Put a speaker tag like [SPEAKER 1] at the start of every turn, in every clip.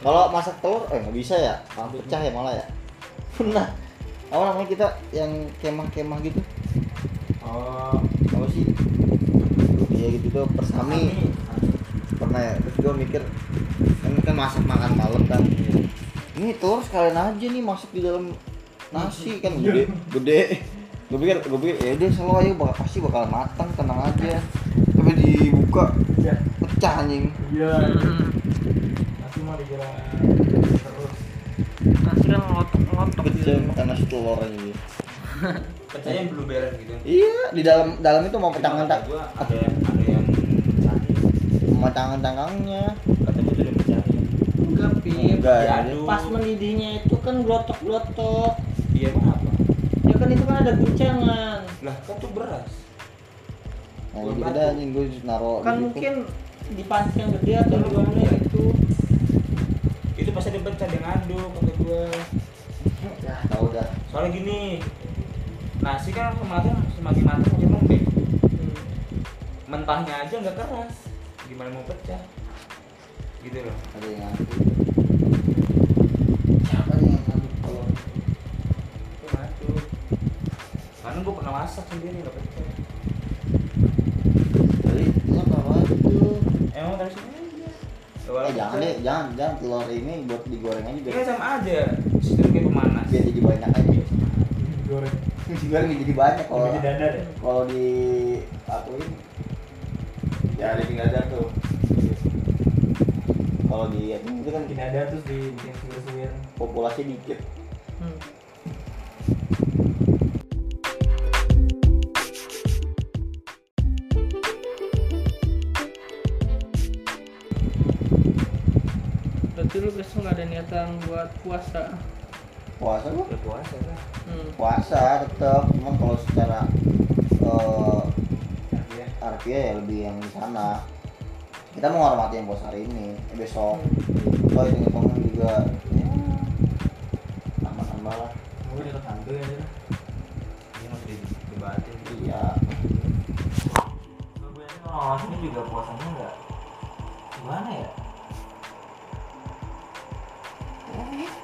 [SPEAKER 1] Kalau masak telur eh nggak bisa ya, malah pecah ya malah ya. Pernah. Apa namanya kita yang kemah-kemah gitu?
[SPEAKER 2] oh
[SPEAKER 1] Apa sih? Iya gitu tuh persami pernah ya. Terus gue mikir kan, kan masak makan malam kan. Ini telur sekalian aja nih masuk di dalam nasi kan gede gede. Gue pikir gue pikir ya deh selalu aja bak- pasti bakal matang tenang aja. Tapi dibuka
[SPEAKER 2] iya
[SPEAKER 1] pecah anjing.
[SPEAKER 2] iya nasi mah dikira terus
[SPEAKER 3] Kasihnya ngotok-ngotok gitu.
[SPEAKER 1] Pecah karena si telur aja.
[SPEAKER 4] Pecahnya yang belum beres gitu.
[SPEAKER 1] Iya, di dalam dalam itu mau tangan tak
[SPEAKER 4] Gua ada yang ada yang sakit.
[SPEAKER 1] mau tangan tangangnya.
[SPEAKER 4] Kata gua tuh udah pecahin.
[SPEAKER 3] Enggak, Pip.
[SPEAKER 1] Enggak.
[SPEAKER 4] Diaduk.
[SPEAKER 3] Iya, Pas mendidihnya itu kan glotok-glotok.
[SPEAKER 4] Iya emang apa?
[SPEAKER 3] Ya kan itu kan ada guncangan.
[SPEAKER 4] Lah kan tuh beras.
[SPEAKER 1] Nah, gitu dah anjing gue naro
[SPEAKER 3] Kan mungkin di panci yang gede atau di mana gitu. itu.
[SPEAKER 4] Itu pasti ada pecah dia ngaduk kata gua.
[SPEAKER 1] ya tahu dah.
[SPEAKER 4] Soalnya gini. Nasi kan semakin semakin matang makin lembek. Mentahnya aja nggak keras. Gimana mau pecah? Gitu loh.
[SPEAKER 1] Ada yang ngaku. Siapa nih yang ngaku kalau
[SPEAKER 4] Itu ngaduk. Karena gua pernah masak sendiri nggak pecah.
[SPEAKER 1] dari telur apa itu?
[SPEAKER 4] Emang dari sini aja. Awalnya
[SPEAKER 1] Eh jangan
[SPEAKER 4] pecah.
[SPEAKER 1] deh, jangan jangan telur ini buat digoreng aja
[SPEAKER 4] Ini
[SPEAKER 3] Iya,
[SPEAKER 1] biar
[SPEAKER 4] kan sama aja. Sistem kayak pemanas.
[SPEAKER 1] biar jadi banyak aja.
[SPEAKER 2] goreng
[SPEAKER 1] Digoreng jadi banyak kalau
[SPEAKER 2] Lebih di dada deh
[SPEAKER 1] kalau di akuin ya di tinggal ada tuh. Kalau di itu kan
[SPEAKER 2] bikin dada terus dibikin suwir-suwir
[SPEAKER 1] populasi dikit.
[SPEAKER 3] Hmm. Berarti lu besok nggak ada niatan buat puasa.
[SPEAKER 1] Puasa lu?
[SPEAKER 4] Udah puasa lah.
[SPEAKER 3] Hmm.
[SPEAKER 1] puasa tetap cuman kalau secara eh
[SPEAKER 4] Iya.
[SPEAKER 1] harfiah ya lebih yang di sana kita menghormati yang puasa hari ini eh, besok
[SPEAKER 2] Hmm.
[SPEAKER 1] kalau itu hitungan juga ya tambah-tambah lah
[SPEAKER 2] gue deket hantu ya aja
[SPEAKER 4] Ini masih dibatin.
[SPEAKER 1] iya
[SPEAKER 4] Gue
[SPEAKER 2] Oh,
[SPEAKER 4] orang asli juga puasanya enggak. Gimana ya?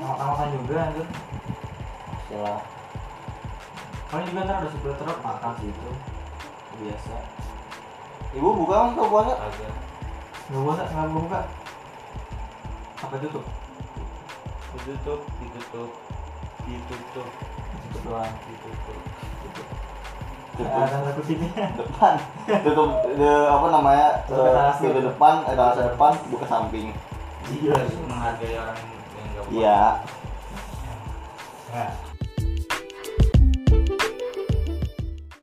[SPEAKER 2] makan juga anjir
[SPEAKER 1] istilah
[SPEAKER 2] paling juga ntar ada supir truk makan sih itu biasa
[SPEAKER 1] ibu buka mas kalau puasa
[SPEAKER 4] Agak.
[SPEAKER 2] nggak buka nggak buka apa tutup
[SPEAKER 4] Ditutup, ditutup, ditutup,
[SPEAKER 2] tutup doang
[SPEAKER 4] ditutup.
[SPEAKER 1] Tutup.
[SPEAKER 2] ada nggak sini
[SPEAKER 1] depan tutup de, apa namanya
[SPEAKER 2] Tutup
[SPEAKER 1] eh,
[SPEAKER 2] atas.
[SPEAKER 1] pintu depan etalase depan buka samping
[SPEAKER 4] Iya,
[SPEAKER 2] Iya.
[SPEAKER 4] harus menghargai orang yang enggak puasa.
[SPEAKER 1] iya
[SPEAKER 2] nah